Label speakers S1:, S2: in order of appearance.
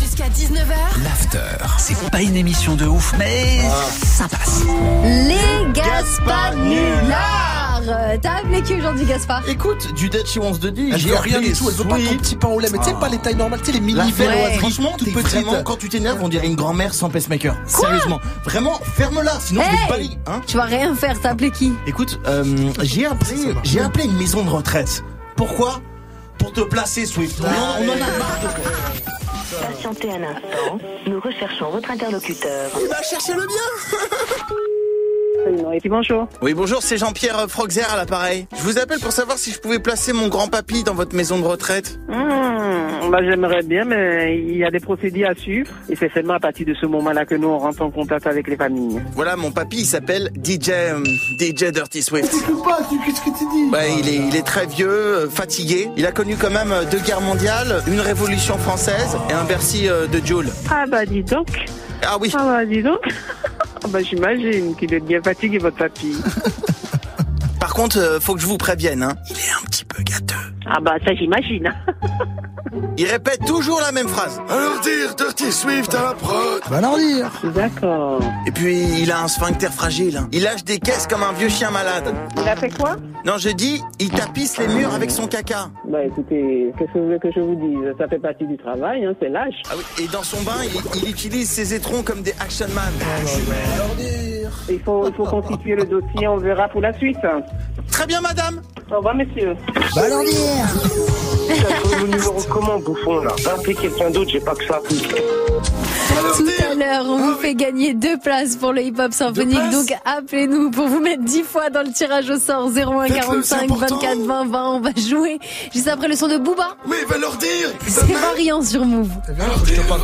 S1: Jusqu'à 19h,
S2: L'after, c'est pas une émission de ouf, mais
S3: Ah.
S2: ça passe.
S4: Les Gaspard Nulard Euh, T'as appelé qui aujourd'hui, Gaspard
S5: Écoute, du Dead She Wants to Die,
S3: Elle
S5: j'ai
S3: veut rien
S5: appelé
S3: du tout, elle veut pas ton
S5: Sweet.
S3: petit pain au lait, mais tu sais pas les tailles normales, tu sais les
S5: La
S3: mini
S5: Féroise,
S4: Ouais.
S5: franchement,
S3: toute
S5: t'es
S3: petite.
S5: vraiment, quand tu t'énerves, on dirait une grand-mère sans pacemaker. Sérieusement. Vraiment, ferme-la, sinon je
S4: Hey
S5: vais te balaye, hein.
S4: Tu vas rien faire, t'as appelé qui
S5: Écoute, euh, j'ai appelé, j'ai appelé une maison de retraite. Pourquoi? Pour te placer, Swift. On en- on en a marre.
S6: Patientez un instant, nous recherchons votre interlocuteur.
S5: Il va chercher le bien.
S7: Oui, bonjour.
S5: Oui, bonjour, c'est Jean-Pierre euh, Froxer à l'appareil. Je vous appelle pour savoir si je pouvais placer mon grand-papy dans votre maison de retraite.
S7: Hmm, bah, J'aimerais bien, mais il y a des procédés à suivre. Et c'est seulement à partir de ce moment-là que nous on rentre en contact avec les familles.
S5: Voilà, mon papy, il s'appelle DJ, euh, DJ Dirty Swift.
S3: pas, tu- qu'est-ce que tu dis
S5: Ouais, il est, il est très vieux, euh, fatigué. Il a connu quand même euh, deux guerres mondiales, une révolution française et un Bercy euh, de Joule.
S7: Ah bah dis donc,
S5: Ah oui,
S7: ah bah dis donc. Ah bah j'imagine qu'il est bien fatigué, votre papy.
S5: par contre, euh, faut que je vous prévienne, hein. il est un petit peu gâteux.
S7: Ah bah ça j'imagine.
S5: Il répète toujours la même phrase.
S3: Alors dire, Dirty Swift à la prod Va leur dire
S7: D'accord.
S5: Et puis, il a un sphincter fragile. hein. Il lâche des caisses comme un vieux chien malade.
S7: Il a fait quoi
S5: Non, je dis, il tapisse les murs avec son caca.
S7: Bah écoutez, qu'est-ce que vous voulez que je vous dise Ça fait partie du travail, hein, c'est l'âge.
S5: Ah oui, et dans son bain, il, il utilise ses étrons comme des action man.
S7: Il faut, il faut constituer le dossier, on verra pour la suite.
S5: Très bien, madame.
S7: Au revoir monsieur.
S2: Va leur dire
S8: T'as trouvé mon numéro comment, bouffon, là Va appeler quelqu'un d'autre, j'ai pas que ça.
S4: Tout à l'heure, on vous fait gagner deux places pour le hip-hop symphonique. Donc appelez-nous pour vous mettre dix fois dans le tirage au sort 01
S3: Faites-le,
S4: 45
S3: c'est important.
S4: 24 20 20. On va jouer juste après le son de Booba.
S3: Oui, va leur dire
S4: C'est variant sur Move.
S3: Je te parle